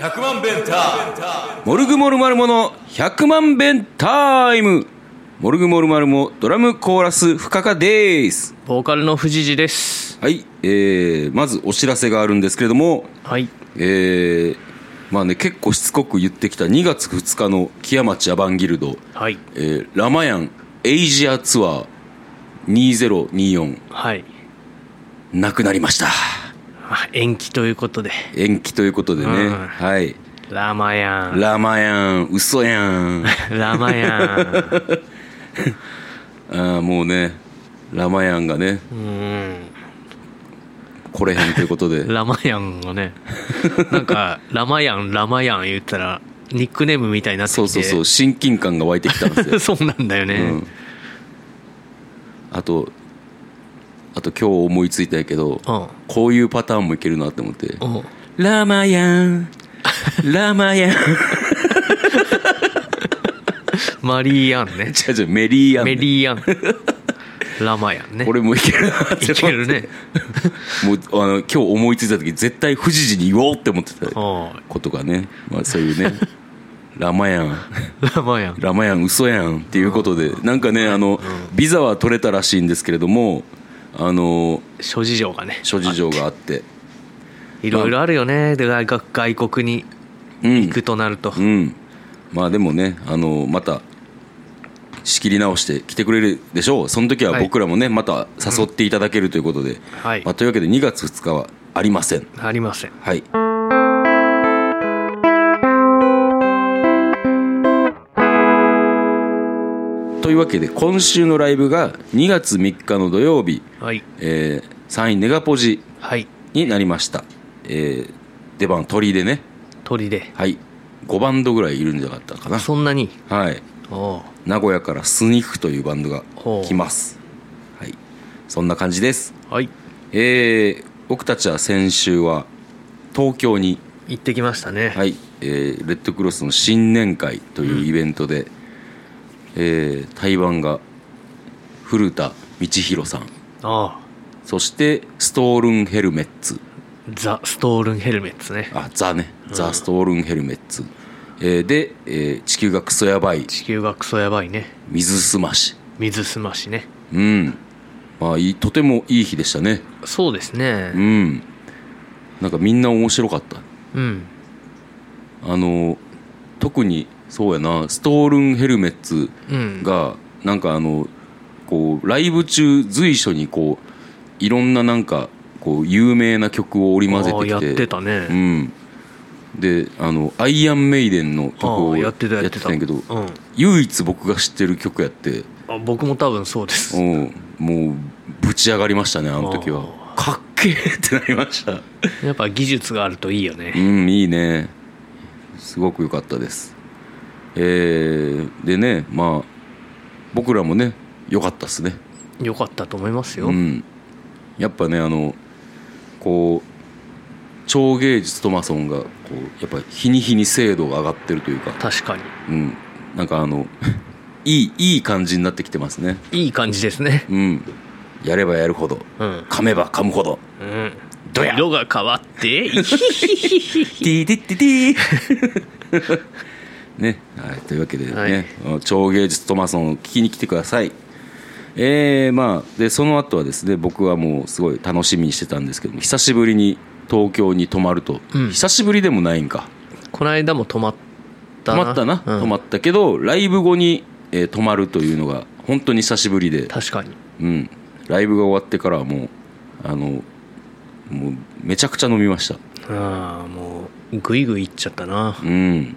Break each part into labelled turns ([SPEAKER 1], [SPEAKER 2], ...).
[SPEAKER 1] 100万弁モルグモルマルモの100万弁タイムモルグモルマルモドラムコーラス深かです
[SPEAKER 2] ボーカルの藤次です。
[SPEAKER 1] はい、えー、まずお知らせがあるんですけれども
[SPEAKER 2] はい。
[SPEAKER 1] えー、まあね結構しつこく言ってきた2月2日の木屋町アバンギルド、
[SPEAKER 2] はい。
[SPEAKER 1] えーラマヤンエイジアツアー2024
[SPEAKER 2] はい。
[SPEAKER 1] なくなりました
[SPEAKER 2] あ延期ということで。
[SPEAKER 1] 延期ということでね、
[SPEAKER 2] うん
[SPEAKER 1] はい
[SPEAKER 2] ラーマ ヤン。
[SPEAKER 1] ラマヤン嘘やん
[SPEAKER 2] ラーマヤン。
[SPEAKER 1] あーもうねラマヤンがね
[SPEAKER 2] うん。
[SPEAKER 1] 来れへんということで
[SPEAKER 2] ラマヤンが ね。なんか、ラマヤン、ラマヤン言ったら、ニックネームみたいになってき
[SPEAKER 1] そう
[SPEAKER 2] て。
[SPEAKER 1] そうそう親近感が湧いてきたん ですよ、
[SPEAKER 2] そう。そうなんだよ
[SPEAKER 1] う
[SPEAKER 2] ね
[SPEAKER 1] ん。、あとあと今日思いついたんやけど
[SPEAKER 2] うん。
[SPEAKER 1] こういうパターンもいけるなって思って
[SPEAKER 2] うん。
[SPEAKER 1] ラマヤ ンラマヤン
[SPEAKER 2] マリーアンね。
[SPEAKER 1] 違う違うメリーヤンね、
[SPEAKER 2] メリーアン。 ラマヤンね。
[SPEAKER 1] これもいけるなって思って
[SPEAKER 2] いけるね。
[SPEAKER 1] もうあの今日思いついた時絶対富士寺に言おうって思ってた
[SPEAKER 2] は
[SPEAKER 1] ことがね、まあ、そう いうねラマヤン
[SPEAKER 2] いラマヤン。
[SPEAKER 1] ラマヤン嘘やんっていうことでなんかねあのビザは取れたらしいんですけれどもあの
[SPEAKER 2] 諸事情がね。
[SPEAKER 1] 諸事情があって
[SPEAKER 2] いろいろあるよね。で外外国に
[SPEAKER 1] うん
[SPEAKER 2] 行くとなると。
[SPEAKER 1] うんまあでもねあのまた仕切り直して来てくれるでしょうその時は
[SPEAKER 2] はい
[SPEAKER 1] 僕らもねまた誘っていただけるということで、
[SPEAKER 2] はい
[SPEAKER 1] まあ、というわけで2月2日はありません
[SPEAKER 2] ありません。
[SPEAKER 1] はいというわけで今週のライブが2月3日の土曜日、
[SPEAKER 2] はい。
[SPEAKER 1] えー、3位ネガポジ
[SPEAKER 2] はい。
[SPEAKER 1] になりました、えー出番鳥でね
[SPEAKER 2] 鳥で。
[SPEAKER 1] はい5バンドぐらいいるんじゃなかったかな
[SPEAKER 2] そんなに。
[SPEAKER 1] はい
[SPEAKER 2] おう
[SPEAKER 1] 名古屋からスニフというバンドが
[SPEAKER 2] ほう
[SPEAKER 1] 来ますはいそんな感じです
[SPEAKER 2] はい。
[SPEAKER 1] えー、僕たちは先週は東京に
[SPEAKER 2] 行ってきましたね。
[SPEAKER 1] はい、えーレッドクロスの新年会というイベントで、えー台湾が古田道弘さん
[SPEAKER 2] ああ。
[SPEAKER 1] そしてストールンヘルメッツ
[SPEAKER 2] ザ・ストールンヘルメッツね。
[SPEAKER 1] あザね、ザ・ストールンヘルメッツ、えーで、えー地球がクソやばい
[SPEAKER 2] 地球がクソやばいね。
[SPEAKER 1] 水すまし
[SPEAKER 2] 水すましね。
[SPEAKER 1] うんまあいいとてもいい日でしたね
[SPEAKER 2] そうです
[SPEAKER 1] う
[SPEAKER 2] ね。
[SPEAKER 1] んなんかみんな面白かった
[SPEAKER 2] うん。
[SPEAKER 1] あの特にそうやなストールンヘルメッツ
[SPEAKER 2] うん。
[SPEAKER 1] がなんかあのこうライブ中随所にこういろんななんかこう有名な曲を織り交ぜてきて
[SPEAKER 2] ああやってた
[SPEAKER 1] う
[SPEAKER 2] ね。
[SPEAKER 1] んであのアイアンメイデンの曲
[SPEAKER 2] あ
[SPEAKER 1] を
[SPEAKER 2] あやってたやってた。
[SPEAKER 1] んやけど
[SPEAKER 2] うん。
[SPEAKER 1] 唯一僕が知ってる曲やって
[SPEAKER 2] あ僕も多分そうです。
[SPEAKER 1] うんもうぶち上がりましたねあの時はかっけえってなりました
[SPEAKER 2] やっぱ技術があるといいよ
[SPEAKER 1] う
[SPEAKER 2] ね。
[SPEAKER 1] んいいねすごく良かったですえー、でねまあ僕らもね良かったっすね
[SPEAKER 2] よかったと思います
[SPEAKER 1] う
[SPEAKER 2] よ。うん。
[SPEAKER 1] んやっぱねあのこう超芸術トマソンがこうやっぱ日に日に精度が上がってるというか
[SPEAKER 2] 確かに。
[SPEAKER 1] うんなんかあの いいいい感じになってきてますね
[SPEAKER 2] いい感じですね。
[SPEAKER 1] うんやればやるほど
[SPEAKER 2] うん。
[SPEAKER 1] 噛めば噛むほど
[SPEAKER 2] うん。
[SPEAKER 1] どや
[SPEAKER 2] 色が変わ って、イヒヒヒヒ
[SPEAKER 1] ティーティッティティーね、はい、というわけでね、
[SPEAKER 2] はい
[SPEAKER 1] 超芸術トマソンを聞きに来てくださいえー、まあでその後はですね僕はもうすごい楽しみにしてたんですけども久しぶりに東京に泊まると、
[SPEAKER 2] うん
[SPEAKER 1] 久しぶりでもないんか
[SPEAKER 2] この間も泊まった
[SPEAKER 1] 泊まったな、
[SPEAKER 2] うん
[SPEAKER 1] 泊まったけどライブ後に、えー泊まるというのが本当に久しぶりで、
[SPEAKER 2] 確かに
[SPEAKER 1] うん、ライブが終わってからはもうあのもうめちゃくちゃ飲みました
[SPEAKER 2] ああもうグイグイいっちゃったな
[SPEAKER 1] うん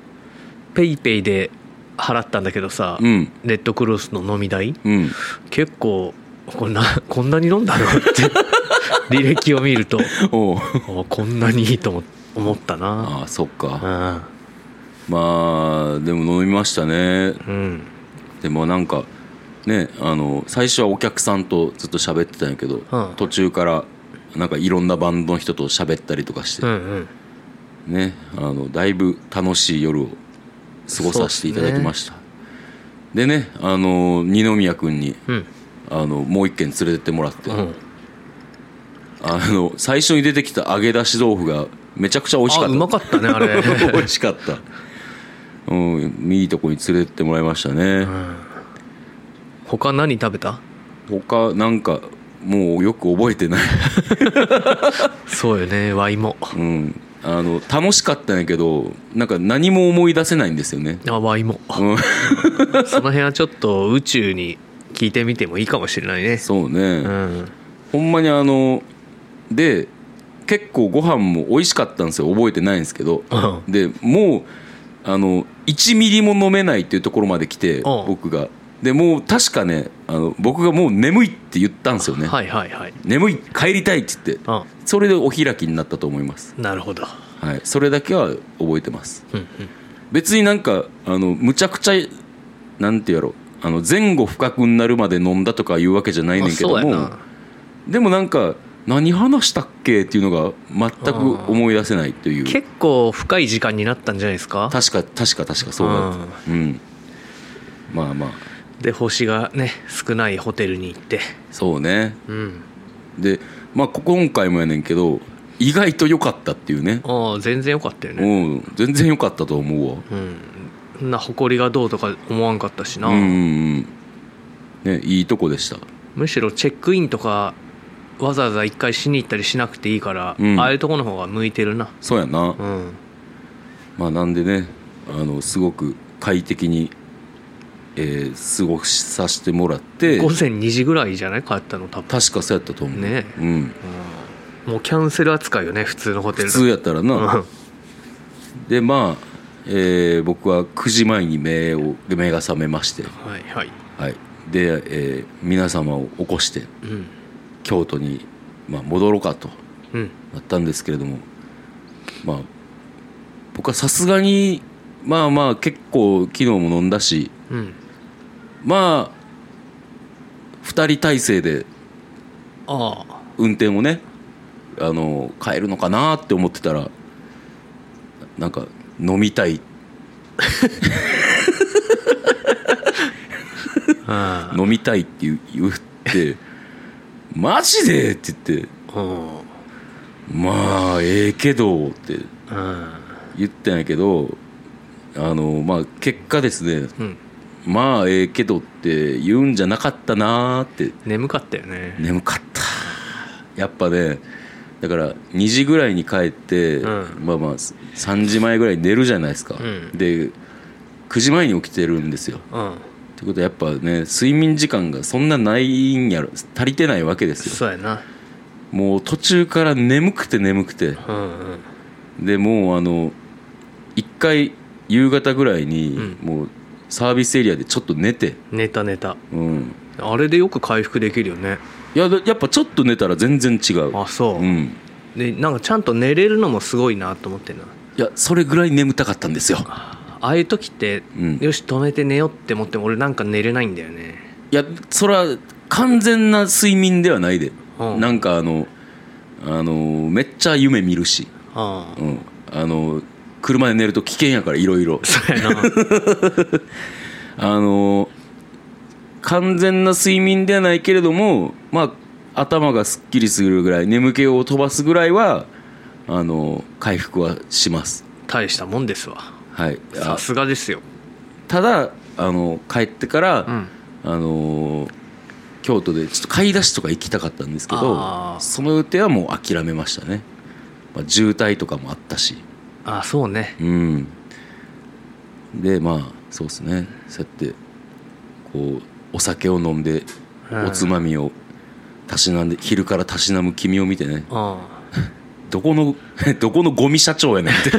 [SPEAKER 2] ペイペイで払ったんだけどさ、
[SPEAKER 1] うん
[SPEAKER 2] レッドクロスの飲み代
[SPEAKER 1] うん
[SPEAKER 2] 結構こんな こんなに飲んだのって 履歴を見ると
[SPEAKER 1] おう
[SPEAKER 2] おこんなにいいと思思ったな
[SPEAKER 1] ああそっか
[SPEAKER 2] あ
[SPEAKER 1] まあでも飲みましたね
[SPEAKER 2] うん
[SPEAKER 1] でもなんかねあの最初はお客さんとずっと喋ってたんやけど、
[SPEAKER 2] うん
[SPEAKER 1] 途中からなんかいろんなバンドの人と喋ったりとかして
[SPEAKER 2] うん、うん
[SPEAKER 1] ねあのだいぶ楽しい夜を過ごさせていただきましたでねあの二宮君に
[SPEAKER 2] うん
[SPEAKER 1] あのもう一軒連れてってもらって、
[SPEAKER 2] うん
[SPEAKER 1] あの最初に出てきた揚げ出し豆腐がめちゃくちゃ美味しか
[SPEAKER 2] あ
[SPEAKER 1] っ
[SPEAKER 2] うまかったね あれ、
[SPEAKER 1] た美味しかったうんいいとこに連れてってもらいましたね
[SPEAKER 2] うん、他何食べた
[SPEAKER 1] 他なんかもうよく覚えてない
[SPEAKER 2] そうよねワイも
[SPEAKER 1] うんあの楽しかったんやけどなんか何も思い出せないんですよね
[SPEAKER 2] あワイも
[SPEAKER 1] うん
[SPEAKER 2] その辺はちょっと宇宙に聞いてみてもいいかもしれないね
[SPEAKER 1] そうね、
[SPEAKER 2] うん
[SPEAKER 1] ほんまにあので結構ご飯も美味しかったんですよ覚えてないんですけど
[SPEAKER 2] うん
[SPEAKER 1] でもうあの1ミリも飲めないっていうところまで来て
[SPEAKER 2] ん
[SPEAKER 1] 僕がでもう確かねあの僕がもう眠いって言ったんですよね、
[SPEAKER 2] はいはいはい
[SPEAKER 1] 眠い帰りたいって言って
[SPEAKER 2] あ
[SPEAKER 1] それでお開きになったと思います、
[SPEAKER 2] なるほど
[SPEAKER 1] はい、それだけは覚えてます
[SPEAKER 2] うん
[SPEAKER 1] 別になんかあのむちゃくちゃなんてやろうあの前後深くになるまで飲んだとかいうわけじゃな
[SPEAKER 2] う
[SPEAKER 1] い
[SPEAKER 2] ん
[SPEAKER 1] ね
[SPEAKER 2] あ
[SPEAKER 1] んけど
[SPEAKER 2] そうや
[SPEAKER 1] も
[SPEAKER 2] な
[SPEAKER 1] でもなんか何話したっけっていうのが全く思い出せないという
[SPEAKER 2] 結構深い時間になったんじゃないですか
[SPEAKER 1] 確か確か確かそうだったうんまあまあ
[SPEAKER 2] で星がね少ないホテルに行って
[SPEAKER 1] そうね
[SPEAKER 2] うん
[SPEAKER 1] でまあこ今回もやねんけど意外と良かったっていうね
[SPEAKER 2] ああ全然良かったよね
[SPEAKER 1] うん全然良かったと思うわ
[SPEAKER 2] うんそんな誇りがどうとか思わんかったしな、
[SPEAKER 1] うんうんうんねいいとこでした
[SPEAKER 2] むしろチェックインとかわざわざ一回しに行ったりしなくていいから、
[SPEAKER 1] うん
[SPEAKER 2] ああいうとこの方が向いてるな
[SPEAKER 1] そうやな
[SPEAKER 2] うん
[SPEAKER 1] まあなんでねあのすごく快適にえー過ごしさせてもらって
[SPEAKER 2] 午前2時ぐらいじゃない帰ったの多分、
[SPEAKER 1] 確かそうやったと思う
[SPEAKER 2] ね
[SPEAKER 1] うん
[SPEAKER 2] うんもうキャンセル扱いよね普通のホテル
[SPEAKER 1] 普通やったらな
[SPEAKER 2] うん
[SPEAKER 1] でまあ、えー僕は9時前に目を目が覚めまして、
[SPEAKER 2] はいはい
[SPEAKER 1] はい、で、えー皆様を起こして
[SPEAKER 2] うん
[SPEAKER 1] 京都に、まあ、戻ろうかと
[SPEAKER 2] うん
[SPEAKER 1] なったんですけれどもまあ僕はさすがにまあまあ結構昨日も飲んだし
[SPEAKER 2] うん
[SPEAKER 1] まあ2人体制で
[SPEAKER 2] ああ
[SPEAKER 1] 運転をねあの変えるのかなって思ってたらなんか飲みたい
[SPEAKER 2] あ
[SPEAKER 1] 飲みたいって言う言って「マジで?」って言って
[SPEAKER 2] あう
[SPEAKER 1] 「
[SPEAKER 2] ん
[SPEAKER 1] まあええけど」って
[SPEAKER 2] うん
[SPEAKER 1] 言ったんやけどあのまあ結果ですね
[SPEAKER 2] うん
[SPEAKER 1] 「まあええけど」って言うんじゃなかったなーって
[SPEAKER 2] 眠かったよね
[SPEAKER 1] 眠かったやっぱねだから2時ぐらいに帰って、
[SPEAKER 2] うん
[SPEAKER 1] まあまあ3時前ぐらいに寝るじゃないですか、
[SPEAKER 2] うん
[SPEAKER 1] で9時前に起きてるんですよ
[SPEAKER 2] うん
[SPEAKER 1] ってことはやっぱね睡眠時間がそんなないんやろ足りてないわけですよ
[SPEAKER 2] そうやな
[SPEAKER 1] もう途中から眠くて眠くて
[SPEAKER 2] うんうん
[SPEAKER 1] でもうあの一回夕方ぐらいに
[SPEAKER 2] うん
[SPEAKER 1] もうサービスエリアでちょっと寝て
[SPEAKER 2] 寝た寝た
[SPEAKER 1] うん
[SPEAKER 2] あれでよく回復できるよね
[SPEAKER 1] いやだやっぱちょっと寝たら全然違う
[SPEAKER 2] あそ
[SPEAKER 1] う
[SPEAKER 2] う、
[SPEAKER 1] ん
[SPEAKER 2] でなんかちゃんと寝れるのもすごいなと思ってない
[SPEAKER 1] やそれぐらい眠たかったんですよ
[SPEAKER 2] ああいう時って、
[SPEAKER 1] うん
[SPEAKER 2] よし止めて寝ようって思っても俺なんか寝れないんだよね
[SPEAKER 1] いやそれは完全な睡眠ではないで、
[SPEAKER 2] うん
[SPEAKER 1] なんかあのあのめっちゃ夢見るし、
[SPEAKER 2] ああ
[SPEAKER 1] うん、あの車で寝ると危険やからいろいろ
[SPEAKER 2] そうやな
[SPEAKER 1] あの完全な睡眠ではないけれどもまあ頭がすっきりするぐらい眠気を飛ばすぐらいはあの回復はします
[SPEAKER 2] 大したもんですわ
[SPEAKER 1] はいあ
[SPEAKER 2] さすがですよ
[SPEAKER 1] ただあの帰ってから、
[SPEAKER 2] うん
[SPEAKER 1] あの京都でちょっと買い出しとか行きたかったんですけ
[SPEAKER 2] あ
[SPEAKER 1] ど
[SPEAKER 2] ー
[SPEAKER 1] その予定はもう諦めましたね、まあ、渋滞とかもあったし
[SPEAKER 2] ああそうね
[SPEAKER 1] うんでまあそうですねそうやってこうお酒を飲んで
[SPEAKER 2] うん
[SPEAKER 1] おつまみをたしなんで昼からたしなむ君を見てね
[SPEAKER 2] あ
[SPEAKER 1] どこの どこのゴミ社長やねんって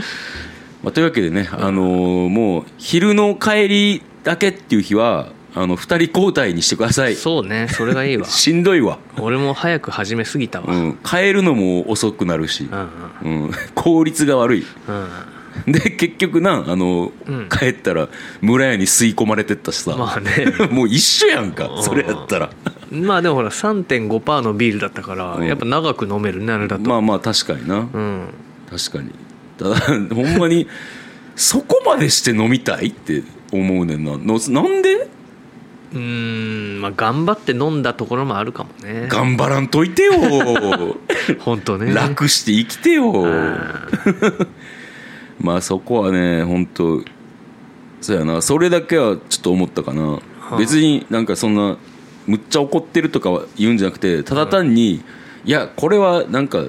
[SPEAKER 1] まあ、というわけでね、あのーもう昼の帰りだけっていう日はあの2人交代にしてくださ
[SPEAKER 2] あ
[SPEAKER 1] い
[SPEAKER 2] そうねそれが いいわ
[SPEAKER 1] しんどいわ、
[SPEAKER 2] 俺も早く始めすぎたわ
[SPEAKER 1] う
[SPEAKER 2] うん
[SPEAKER 1] ん、帰るのも遅くなるし
[SPEAKER 2] う、ん
[SPEAKER 1] うん、効率が悪い
[SPEAKER 2] うん
[SPEAKER 1] で結局な、あの
[SPEAKER 2] うん
[SPEAKER 1] 帰ったら村屋に吸い込まれてったしさ、
[SPEAKER 2] まあね
[SPEAKER 1] もう一緒やん
[SPEAKER 2] う
[SPEAKER 1] か
[SPEAKER 2] ん
[SPEAKER 1] それやったら
[SPEAKER 2] まあでもほら3.5%のビールだったから、
[SPEAKER 1] うん
[SPEAKER 2] やっぱ長く飲めるねあれだと、
[SPEAKER 1] まあまあ確かにな、
[SPEAKER 2] うん
[SPEAKER 1] 確かにただ ほんまにそこまでして飲みたいって思うねんなのなんで
[SPEAKER 2] うーんまあ頑張って飲んだところもあるかもね
[SPEAKER 1] 頑張らんとい てよ
[SPEAKER 2] 本当ね
[SPEAKER 1] 楽して生きてよ
[SPEAKER 2] うん
[SPEAKER 1] まあそこはね本当そうやなそれだけはちょっと思ったかな、
[SPEAKER 2] あ
[SPEAKER 1] 別になんかそんなむっちゃ怒ってるとかは言うんじゃなくてただ単に、いやこれはなんか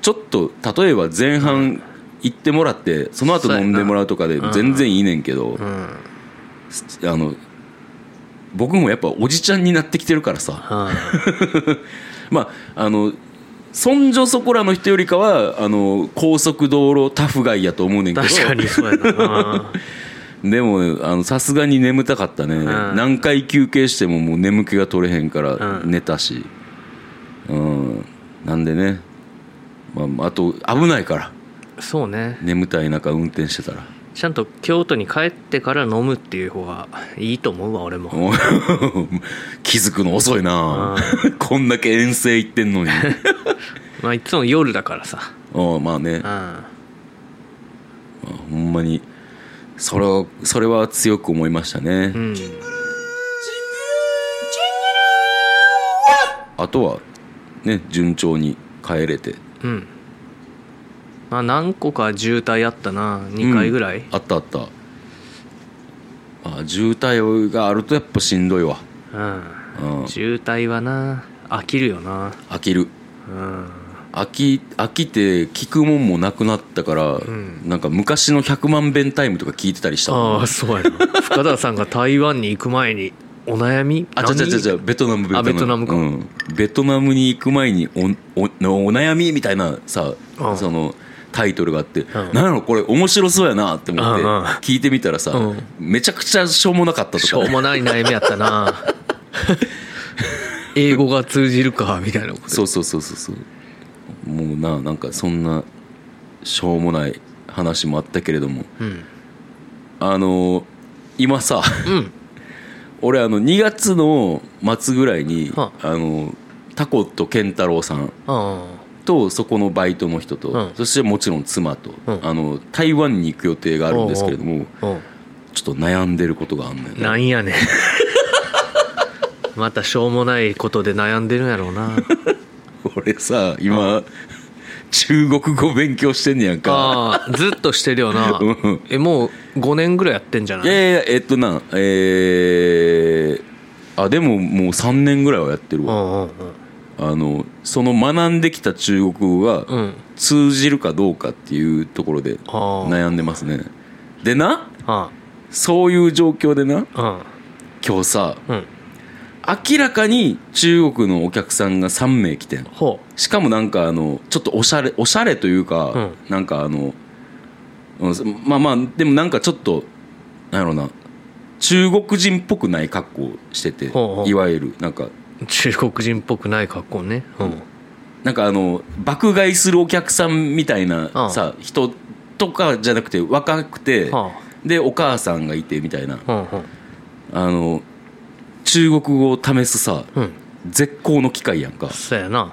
[SPEAKER 1] ちょっと例えば前半行ってもらってその後飲んでもらうとかで
[SPEAKER 2] そうやな
[SPEAKER 1] 全然いいねんけど、
[SPEAKER 2] うん
[SPEAKER 1] あの僕もやっぱおじちゃんになってきてるからさ
[SPEAKER 2] は
[SPEAKER 1] まああのそんじょそこらの人よりかはあの高速道路タフガイやと思うね
[SPEAKER 2] い
[SPEAKER 1] んけど
[SPEAKER 2] 確かにそうやな
[SPEAKER 1] でもあのさすがに眠たかったね、
[SPEAKER 2] ん
[SPEAKER 1] 何回休憩してももう眠気が取れへんから
[SPEAKER 2] うん
[SPEAKER 1] 寝たしうん、なんでね、まあ、あと危ないから
[SPEAKER 2] そうね
[SPEAKER 1] 眠たい中運転してたら
[SPEAKER 2] ちゃんと京都に帰ってから飲むっていう方がいいと思うわ俺も
[SPEAKER 1] お気づくの遅いな こんだけ遠征行ってんの に
[SPEAKER 2] まあいつも夜だからさ
[SPEAKER 1] おまあね
[SPEAKER 2] う
[SPEAKER 1] ほ
[SPEAKER 2] ん
[SPEAKER 1] んまにそれはそれは強く思いましたね、
[SPEAKER 2] うん
[SPEAKER 1] あとはね順調に帰れて
[SPEAKER 2] うんまあ何個か渋滞あったな2回ぐらい
[SPEAKER 1] あったあった、まあ、渋滞があるとやっぱしんどいわ、
[SPEAKER 2] うん
[SPEAKER 1] うん、
[SPEAKER 2] 渋滞はな飽きるよな
[SPEAKER 1] 飽きる
[SPEAKER 2] うん
[SPEAKER 1] 飽き飽きて聞くもんもなくなったから、
[SPEAKER 2] ん
[SPEAKER 1] なんか昔の100万遍タイムとか聞いてたりしたもん
[SPEAKER 2] ああそうやな 深田さんが台湾に行く前にお悩み
[SPEAKER 1] あ、ちゃちゃちゃちゃ、ベトナム、
[SPEAKER 2] あベトナムか
[SPEAKER 1] うん。ベトナムに行く前にお、お、のお悩みみたいなさ、
[SPEAKER 2] うん
[SPEAKER 1] その、タイトルがあって、
[SPEAKER 2] ん
[SPEAKER 1] なんやろ、これ面白そうやなって思って
[SPEAKER 2] うんうん、
[SPEAKER 1] 聞いてみたらさ、
[SPEAKER 2] うん
[SPEAKER 1] めちゃくちゃしょうもなかったと
[SPEAKER 2] しょ
[SPEAKER 1] か
[SPEAKER 2] う
[SPEAKER 1] ね、
[SPEAKER 2] もない悩みやった な英語が通じるかみたいなこと
[SPEAKER 1] そうそうそうそうそう。もうな、なんかそんな、しょうもない話もあったけれども、
[SPEAKER 2] うん
[SPEAKER 1] あの今さ、
[SPEAKER 2] うん
[SPEAKER 1] 俺あの、2月の末ぐらいに、
[SPEAKER 2] は
[SPEAKER 1] あの、タコと健太郎さん、
[SPEAKER 2] あ
[SPEAKER 1] とそこのバイトの人と、
[SPEAKER 2] うん
[SPEAKER 1] そしてもちろん妻と、
[SPEAKER 2] うん
[SPEAKER 1] あの台湾に行く予定があるんですけれども
[SPEAKER 2] あうん
[SPEAKER 1] ちょっと悩んでることがあんのよね
[SPEAKER 2] なんやねんまたしょうもないことで悩んでるんやろうな
[SPEAKER 1] 俺さ今、中国語勉強してんねやんか
[SPEAKER 2] ああずっとしてるよな
[SPEAKER 1] うん
[SPEAKER 2] えもう5年ぐらいやってんじゃない
[SPEAKER 1] いやいやえっとなえー、あでももう3年ぐらいはやってる
[SPEAKER 2] う
[SPEAKER 1] わ、
[SPEAKER 2] んうん
[SPEAKER 1] あのその学んできた中国語が
[SPEAKER 2] うんうん
[SPEAKER 1] 通じるかどうかっていうところで
[SPEAKER 2] あ
[SPEAKER 1] 悩んでますねでな
[SPEAKER 2] あ
[SPEAKER 1] そういう状況でな
[SPEAKER 2] あ
[SPEAKER 1] 今日さ
[SPEAKER 2] うんうん
[SPEAKER 1] 明らかに中国のお客さんが3名来てん
[SPEAKER 2] ほ
[SPEAKER 1] しかもなんかあのちょっとおしゃれおしゃれというか、
[SPEAKER 2] うん
[SPEAKER 1] なんかあの、うんまあまあでもなんかちょっとなんやろな中国人っぽくない格好をしてて
[SPEAKER 2] ほうほう
[SPEAKER 1] いわゆるなんか
[SPEAKER 2] う中国人っぽくない格好ねうん
[SPEAKER 1] なんかあの爆買いするお客さんみたいな
[SPEAKER 2] うん
[SPEAKER 1] さ、人とかじゃなくて若くて、
[SPEAKER 2] は
[SPEAKER 1] でお母さんがいてみたいな
[SPEAKER 2] あうんうん
[SPEAKER 1] あの中国語を試すさ
[SPEAKER 2] うん
[SPEAKER 1] 絶好の機会やんか
[SPEAKER 2] そうやな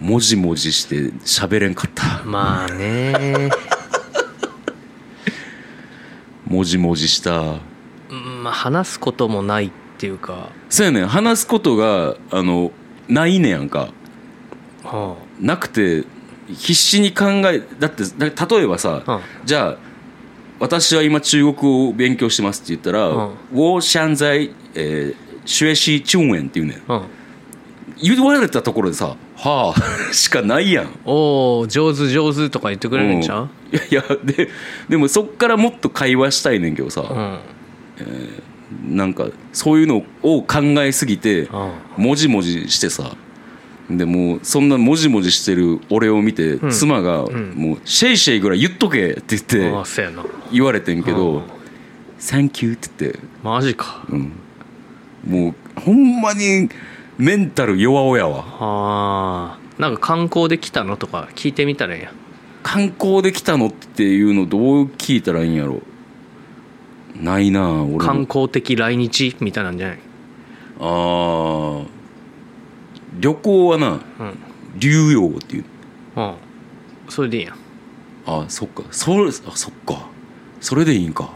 [SPEAKER 1] もじもじして喋れんかった
[SPEAKER 2] まあね
[SPEAKER 1] もじもじした
[SPEAKER 2] うんまあ話すこともないっていうか
[SPEAKER 1] そうやねん話すことがあのないねやんか
[SPEAKER 2] は
[SPEAKER 1] なくて必死に考えだってだ例えばさ、
[SPEAKER 2] うん
[SPEAKER 1] じゃあ私は今中国語を勉強してますって言ったら「
[SPEAKER 2] う
[SPEAKER 1] ウ
[SPEAKER 2] ん
[SPEAKER 1] ォーシャンザイえー学習中文」って言うねん
[SPEAKER 2] あうん
[SPEAKER 1] 言われたところでさ「はあ」 しかないやん
[SPEAKER 2] おお上手上手とか言ってくれるんちゃう
[SPEAKER 1] いやいやででもそっからもっと会話したいねんけどさ、
[SPEAKER 2] うん
[SPEAKER 1] なんかそういうのを考えすぎて
[SPEAKER 2] うん
[SPEAKER 1] もじもじしてさでもうそんなもじもじしてる俺を見て
[SPEAKER 2] ん
[SPEAKER 1] 妻が「
[SPEAKER 2] ん
[SPEAKER 1] もうシェイシェイぐらい言っとけ」って言っ
[SPEAKER 2] ああ
[SPEAKER 1] て
[SPEAKER 2] そうやな
[SPEAKER 1] 言われてんけ
[SPEAKER 2] う
[SPEAKER 1] ど
[SPEAKER 2] ん
[SPEAKER 1] 「サンキュー」って言って
[SPEAKER 2] マジか
[SPEAKER 1] もうほんまにメンタル弱おやわ
[SPEAKER 2] ああなんか観光で来たのとか聞いてみたらいいや
[SPEAKER 1] 観光で来たのっていうのどう聞いたらいいんやろないなあ俺
[SPEAKER 2] 観
[SPEAKER 1] も
[SPEAKER 2] 光的来日みたいなんじゃない
[SPEAKER 1] あー旅行はな
[SPEAKER 2] うん
[SPEAKER 1] 流用っていう
[SPEAKER 2] うんそれでいいやん
[SPEAKER 1] あそっかそれあそっかそれでいいんか、
[SPEAKER 2] ん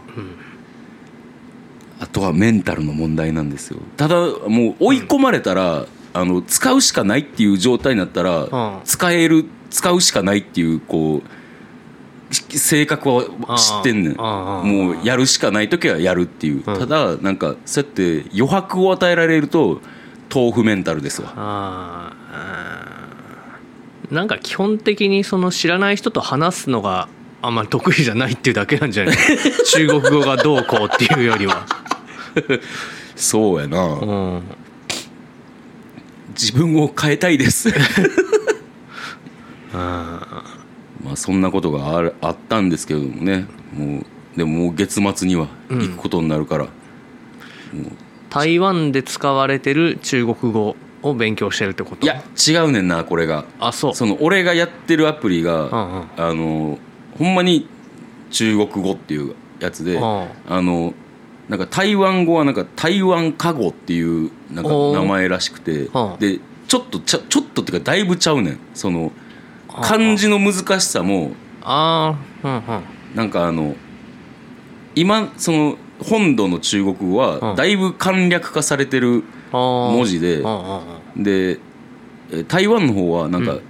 [SPEAKER 1] あとかメンタルの問題なんですよただもう追い込まれたら、あの使うしかないっていう状態になったら、
[SPEAKER 2] ん
[SPEAKER 1] 使える使うしかないっていうこうし性格は知ってんねん
[SPEAKER 2] ああ
[SPEAKER 1] もうやるしかない時はやるっていう、ただなんかそうやって余白を与えられると豆腐メンタルですわ
[SPEAKER 2] あーなんか基本的にその知らない人と話すのがあんまり得意じゃないっていうだけなんじゃない 中国語がどうこうっていうよりは、
[SPEAKER 1] そうやな、
[SPEAKER 2] うん、
[SPEAKER 1] 自分を変えたいです
[SPEAKER 2] あ
[SPEAKER 1] まあそんなことがあるあったんですけれどもねもうでももう月末には行くことになるから、
[SPEAKER 2] ー台湾で使われてる中国語を勉強してるってこと
[SPEAKER 1] いや違うねんなこれが
[SPEAKER 2] あそう
[SPEAKER 1] その俺がやってるアプリが、
[SPEAKER 2] うんうん
[SPEAKER 1] あのほんまに中国語っていうやつで、
[SPEAKER 2] うん
[SPEAKER 1] あのなんか台湾語はなんか台湾加護っていうなんか
[SPEAKER 2] おー
[SPEAKER 1] 名前らしくて
[SPEAKER 2] はあ
[SPEAKER 1] でちょっとちゃちょっとっていうかだいぶちゃうねんその漢字の難しさも
[SPEAKER 2] ああうんうん
[SPEAKER 1] なんかあの今その本土の中国語
[SPEAKER 2] は
[SPEAKER 1] は
[SPEAKER 2] あ
[SPEAKER 1] だいぶ簡略化されてる文
[SPEAKER 2] 文
[SPEAKER 1] 字で
[SPEAKER 2] うんうんうん
[SPEAKER 1] でえー台湾の方はなん
[SPEAKER 2] う
[SPEAKER 1] か
[SPEAKER 2] ん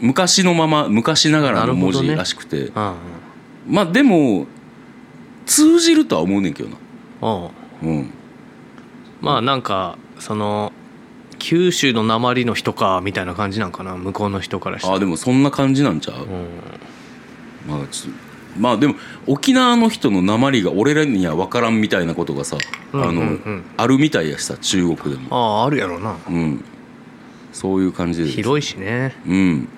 [SPEAKER 1] 昔のまま昔ながらの文
[SPEAKER 2] なるほど
[SPEAKER 1] 字
[SPEAKER 2] ね
[SPEAKER 1] らしくて、
[SPEAKER 2] うん
[SPEAKER 1] まあでも通じるとは思うねんけどな
[SPEAKER 2] うんうん
[SPEAKER 1] うん
[SPEAKER 2] まあなんかその九州の鉛の人かみたいな感じなんかな向こうの人からして
[SPEAKER 1] あでもそんな感じなんちゃう、
[SPEAKER 2] うん
[SPEAKER 1] まあちょっとまあでも沖縄の人の鉛が俺らには分からんみたいなことがさ、
[SPEAKER 2] うんうんう
[SPEAKER 1] あの
[SPEAKER 2] ん
[SPEAKER 1] あるみたいやしさ中国でも、
[SPEAKER 2] あああるやろな
[SPEAKER 1] うん、そういう感じで
[SPEAKER 2] 広いしね
[SPEAKER 1] うん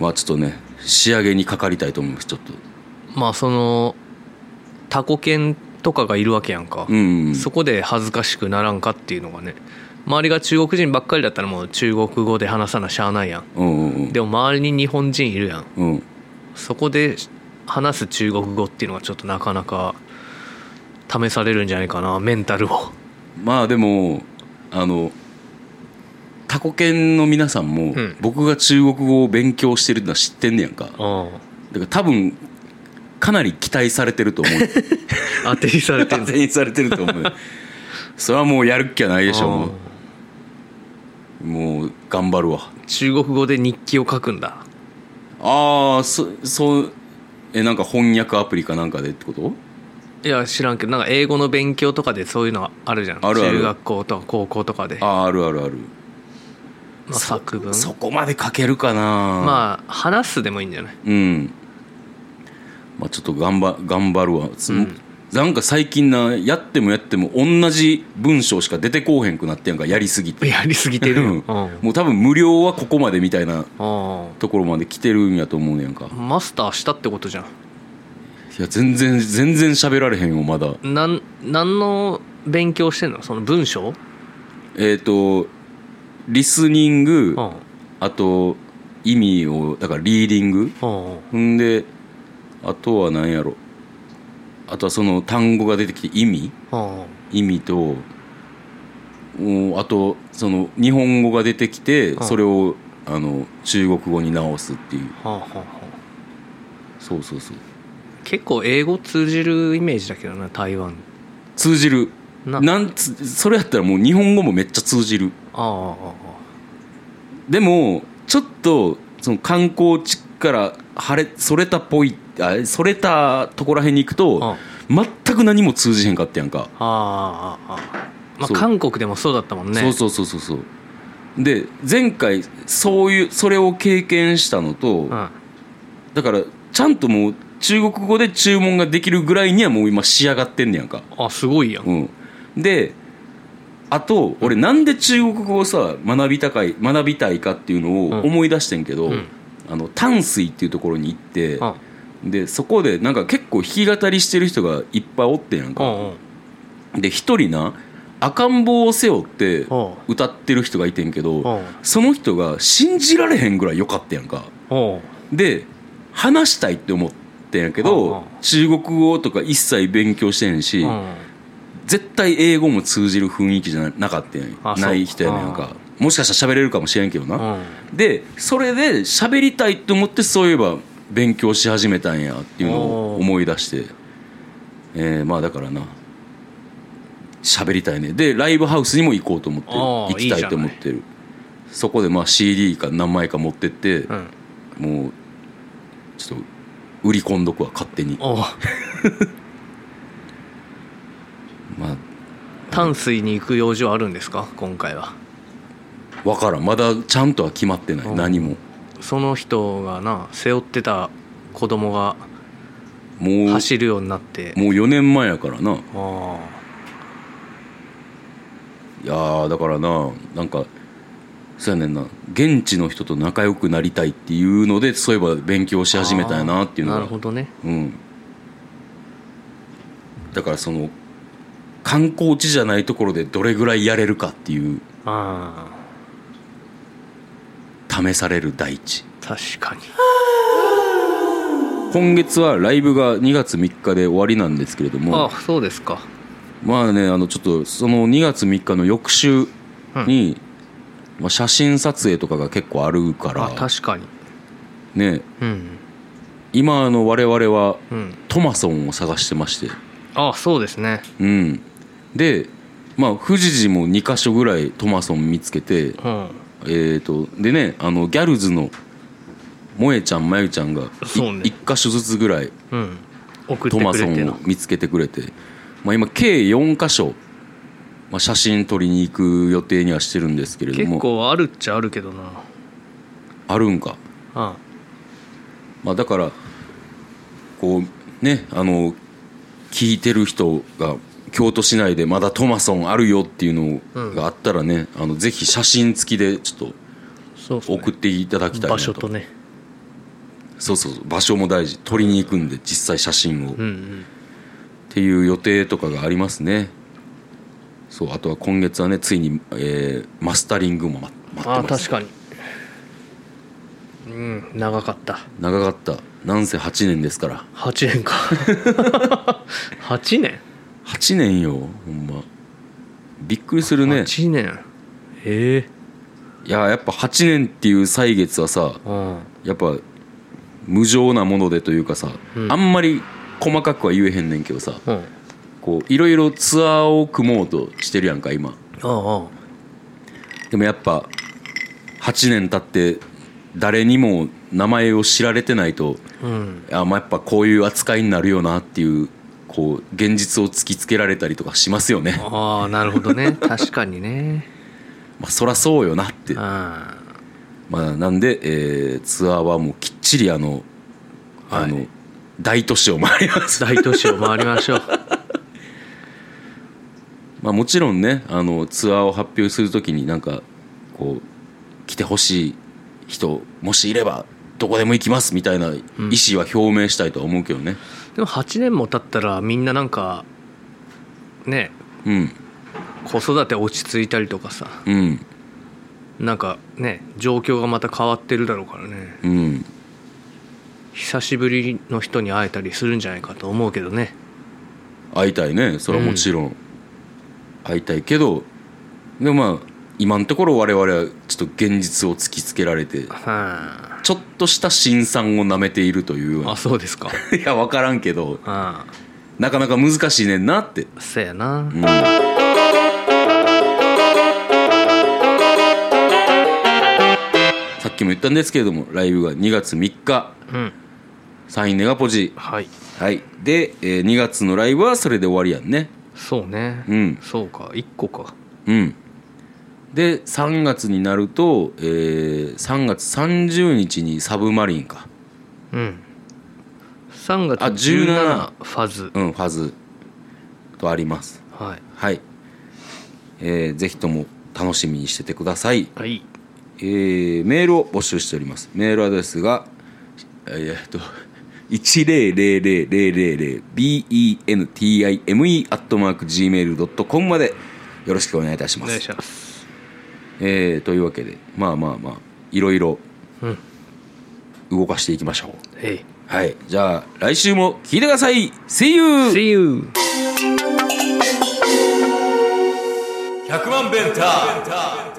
[SPEAKER 1] まあちょっとね仕上げにかかりたいと思いますちょっと
[SPEAKER 2] まあそのタコ犬とかがいるわけやんか、
[SPEAKER 1] うんうん
[SPEAKER 2] そこで恥ずかしくならんかっていうのがね周りが中国人ばっかりだったらもう中国語で話さなしゃあないやん
[SPEAKER 1] うんうん
[SPEAKER 2] でも周りに日本人いるやん
[SPEAKER 1] うんうん
[SPEAKER 2] そこで話す中国語っていうのはちょっとなかなか試されるんじゃないかなメンタルを
[SPEAKER 1] まあでもあのタコ犬の皆さんも、
[SPEAKER 2] うん
[SPEAKER 1] 僕が中国語を勉強してるのは知ってんねやんかだか
[SPEAKER 2] うん
[SPEAKER 1] ら多分かなり期待されてると思う
[SPEAKER 2] 当てにされて
[SPEAKER 1] 完
[SPEAKER 2] る
[SPEAKER 1] 全にされてると思うそれはもうやるっきゃないでしょもうもう頑張るわ
[SPEAKER 2] 中国語で日記を書くんだ
[SPEAKER 1] ああそそうえなんか翻訳アプリかなんかでってこと
[SPEAKER 2] いや知らんけどなんか英語の勉強とかでそういうのあるじゃん
[SPEAKER 1] あるある
[SPEAKER 2] 中学校とか高校とかで
[SPEAKER 1] あああるあるある
[SPEAKER 2] まあ、作文
[SPEAKER 1] そこまで書けるかなまあ
[SPEAKER 2] まあ話すでもいいんじゃない
[SPEAKER 1] うんまあちょっと頑張頑張るわ、その
[SPEAKER 2] うん
[SPEAKER 1] なんか最近なやってもやっても同じ文章しか出てこうへんくなってやんかやりすぎて
[SPEAKER 2] やりすぎてる
[SPEAKER 1] う
[SPEAKER 2] よ、うんん
[SPEAKER 1] もう多分無料はここまでみたいな
[SPEAKER 2] う
[SPEAKER 1] ところまで来てるんやと思うねやんか
[SPEAKER 2] んマスターしたってことじゃん
[SPEAKER 1] いや全然全然喋られへんよまだ
[SPEAKER 2] なん何の勉強してんのその文章、
[SPEAKER 1] えっ、とリスニング
[SPEAKER 2] うん
[SPEAKER 1] あと意味をだからリーディング
[SPEAKER 2] うん
[SPEAKER 1] ほんであとは何やろあとはその単語が出てきて意味
[SPEAKER 2] うん
[SPEAKER 1] 意味とおあとその日本語が出てきて
[SPEAKER 2] うん
[SPEAKER 1] それをあの中国語に直すっていう
[SPEAKER 2] はあはあは
[SPEAKER 1] そうそうそう
[SPEAKER 2] あ結構英語通じるイメージだけどな台湾
[SPEAKER 1] 通じる
[SPEAKER 2] な
[SPEAKER 1] なんつそれやったらもう日本語もめっちゃ通じる
[SPEAKER 2] あああ
[SPEAKER 1] でもちょっとその観光地から晴れそれたっぽいあそれたとこらへんに行く
[SPEAKER 2] ああ
[SPEAKER 1] と
[SPEAKER 2] あ
[SPEAKER 1] 全く何も通じへんかったやんか、
[SPEAKER 2] あああまあ
[SPEAKER 1] そう
[SPEAKER 2] 韓国でもそうだったもんね
[SPEAKER 1] そうそうそうそうそうで前回そういうそれを経験したのと、
[SPEAKER 2] うん
[SPEAKER 1] だからちゃんともう中国語で注文ができるぐらいにはもう今仕上がってんねやんか
[SPEAKER 2] あすごいやん、
[SPEAKER 1] うんであと俺なんで中国語をさ学びたかい学びたいかっていうのを思い出してんけど、
[SPEAKER 2] うんうん
[SPEAKER 1] あの淡水っていうところに行って、
[SPEAKER 2] うん
[SPEAKER 1] でそこでなんか結構弾き語りしてる人がいっぱいおってんやん
[SPEAKER 2] う
[SPEAKER 1] か、
[SPEAKER 2] んうん
[SPEAKER 1] で一人な赤ん坊を背負って
[SPEAKER 2] うん
[SPEAKER 1] 歌ってる人がいてんけど、
[SPEAKER 2] うん
[SPEAKER 1] その人が信じられへんぐらい良かったやんか
[SPEAKER 2] うん
[SPEAKER 1] で話したいって思ってんやけど、
[SPEAKER 2] うんうん
[SPEAKER 1] 中国語とか一切勉強してへんし、
[SPEAKER 2] うん
[SPEAKER 1] 絶対英語も通じる雰囲気じゃななかったやん
[SPEAKER 2] あそう
[SPEAKER 1] ない人やねんかもしかしたら喋れるかもしれんけどな、
[SPEAKER 2] うん
[SPEAKER 1] でそれで喋りたいと思ってそういえば勉強し始めたんやっていうのを思い出して、えーまあだからな喋りたいねでライブハウスにも行こうと思ってる
[SPEAKER 2] あー
[SPEAKER 1] 行きたいと思ってるそこでまあ CD か何枚か持ってって、
[SPEAKER 2] うん
[SPEAKER 1] もうちょっと売り込んどくわ勝手に
[SPEAKER 2] おう
[SPEAKER 1] まあ
[SPEAKER 2] 淡水に行く用事はあるんですか今回は
[SPEAKER 1] 分からんまだちゃんとは決まってない
[SPEAKER 2] うん
[SPEAKER 1] 何も
[SPEAKER 2] その人がな背負ってた子供が
[SPEAKER 1] もうもう
[SPEAKER 2] 走るようになって
[SPEAKER 1] 4年前やからな
[SPEAKER 2] あ
[SPEAKER 1] いやーだからななんかそうやねんな現地の人と仲良くなりたいっていうのでそういえば勉強し
[SPEAKER 2] あ
[SPEAKER 1] 始めたんやなっていうの
[SPEAKER 2] な
[SPEAKER 1] が
[SPEAKER 2] るほどね
[SPEAKER 1] うん、だからその観光地じゃないところでどれぐらいやれるかっていう
[SPEAKER 2] あ
[SPEAKER 1] 試される大地
[SPEAKER 2] あ確かに
[SPEAKER 1] 今月はライブが2月3日で終わりなんですけれど
[SPEAKER 2] あ
[SPEAKER 1] も
[SPEAKER 2] あそうですか
[SPEAKER 1] まあねあのちょっとその2月3日の翌週に、まあ、写真撮影とかが結構あるか
[SPEAKER 2] あ
[SPEAKER 1] ら
[SPEAKER 2] 確かに
[SPEAKER 1] ね
[SPEAKER 2] うん
[SPEAKER 1] 今あの我々は
[SPEAKER 2] うん
[SPEAKER 1] トマソンを探してまして
[SPEAKER 2] ああそうですね
[SPEAKER 1] うんでまあ富士寺も2か所ぐらいトマソン見つけて
[SPEAKER 2] うん
[SPEAKER 1] えー、とでねあのギャルズの萌えちゃんまゆちゃんが
[SPEAKER 2] そうね
[SPEAKER 1] 1箇所ずつぐらい
[SPEAKER 2] うん送っ
[SPEAKER 1] ト
[SPEAKER 2] て
[SPEAKER 1] マ
[SPEAKER 2] く
[SPEAKER 1] ソ
[SPEAKER 2] れて
[SPEAKER 1] ン
[SPEAKER 2] な
[SPEAKER 1] を見つけてくれて、まあ、今計4箇所、まあ、写真撮りに行く予定にはしてるんですけれど
[SPEAKER 2] 結
[SPEAKER 1] も
[SPEAKER 2] 構あるっちゃあるけどな
[SPEAKER 1] あるんか、
[SPEAKER 2] あ
[SPEAKER 1] まあ、だからこうねあの聞いてる人が京都市内でまだトマソンあるよっていうのがあったらね、あのぜひ写真付きでちょっ
[SPEAKER 2] そう
[SPEAKER 1] と送っていただきたいな
[SPEAKER 2] 場
[SPEAKER 1] と
[SPEAKER 2] 所とね
[SPEAKER 1] そうそうそう場所も大事撮りに行くんで実際写真を、
[SPEAKER 2] う
[SPEAKER 1] っ
[SPEAKER 2] んうん
[SPEAKER 1] ていう予定とかがありますねそうあとは今月はねついに、えーマスタリングも待待
[SPEAKER 2] あ
[SPEAKER 1] っ
[SPEAKER 2] あ
[SPEAKER 1] てます
[SPEAKER 2] 確かにうん長かった
[SPEAKER 1] 長かったなんせ8年ですから
[SPEAKER 2] 8年か 8年
[SPEAKER 1] 8年よほんまびっくりするね
[SPEAKER 2] 8年ええ
[SPEAKER 1] いややっぱ8年っていう歳月はさ
[SPEAKER 2] うん
[SPEAKER 1] やっぱ無情なものでというかさ、
[SPEAKER 2] うん
[SPEAKER 1] あんまり細かくは言えへんねんけどさ
[SPEAKER 2] うんあ
[SPEAKER 1] こういろいろツアーを組もうとしてるやんか今
[SPEAKER 2] あ
[SPEAKER 1] でもやっぱ8年経って誰にも名前を知られてないと
[SPEAKER 2] うん
[SPEAKER 1] あまあやっぱこういう扱いになるよなっていうこう現実を突きつけられたりとかしますよね
[SPEAKER 2] ああなるほどね 確かにね
[SPEAKER 1] まあそらそうよなって
[SPEAKER 2] あ
[SPEAKER 1] まあなんで、えーツアーはもうきっちりあのあの、大都市を回ります
[SPEAKER 2] あ大都市を回りま しょう
[SPEAKER 1] まあもちろんねあのツアーを発表するときになんかこう来てほしい人もしいればどこでも行きますみたいな意思は表明したいとは思うけどね、
[SPEAKER 2] でも8年も経ったらみんななんかね
[SPEAKER 1] うん
[SPEAKER 2] 子育て落ち着いたりとかさ
[SPEAKER 1] うん
[SPEAKER 2] なんかね状況がまた変わってるだろうからね
[SPEAKER 1] うん
[SPEAKER 2] 久しぶりの人に会えたりするんじゃないかと思うけどね
[SPEAKER 1] 会いたいねそれはもちろん、会いたいけどでもまあ今のところ我々はちょっと現実を突きつけられて
[SPEAKER 2] は
[SPEAKER 1] ちょっとした辛酸をなめているというよう
[SPEAKER 2] あ
[SPEAKER 1] な
[SPEAKER 2] あそうですか
[SPEAKER 1] いや分からんけど
[SPEAKER 2] あ
[SPEAKER 1] なかなか難しいねんなって
[SPEAKER 2] あそやな
[SPEAKER 1] うんさっきも言ったんですけれどもライブが2月3日
[SPEAKER 2] うん
[SPEAKER 1] サインネガポジ
[SPEAKER 2] はい
[SPEAKER 1] はいで、え2月のライブはそれで終わりやんね
[SPEAKER 2] そうね
[SPEAKER 1] うん
[SPEAKER 2] そうか1個か
[SPEAKER 1] うんで3月になると、えー3月30日にサブマリンか
[SPEAKER 2] うん3月
[SPEAKER 1] あ
[SPEAKER 2] 17ファズ
[SPEAKER 1] うんファズとあります
[SPEAKER 2] はい
[SPEAKER 1] はい、えーぜひとも楽しみにしててください
[SPEAKER 2] はい
[SPEAKER 1] えーメールを募集しておりますメールアドレスがえーっと 1000000bentime.gmail.com までよろしくお願いいたし
[SPEAKER 2] お
[SPEAKER 1] ま
[SPEAKER 2] 願い
[SPEAKER 1] す
[SPEAKER 2] します
[SPEAKER 1] えーというわけでまあまあまあいろいろ
[SPEAKER 2] うん
[SPEAKER 1] 動かしていきましょう
[SPEAKER 2] えい
[SPEAKER 1] はいじゃあ来週も聞いてください See you!
[SPEAKER 2] See you!
[SPEAKER 3] 100万ベンター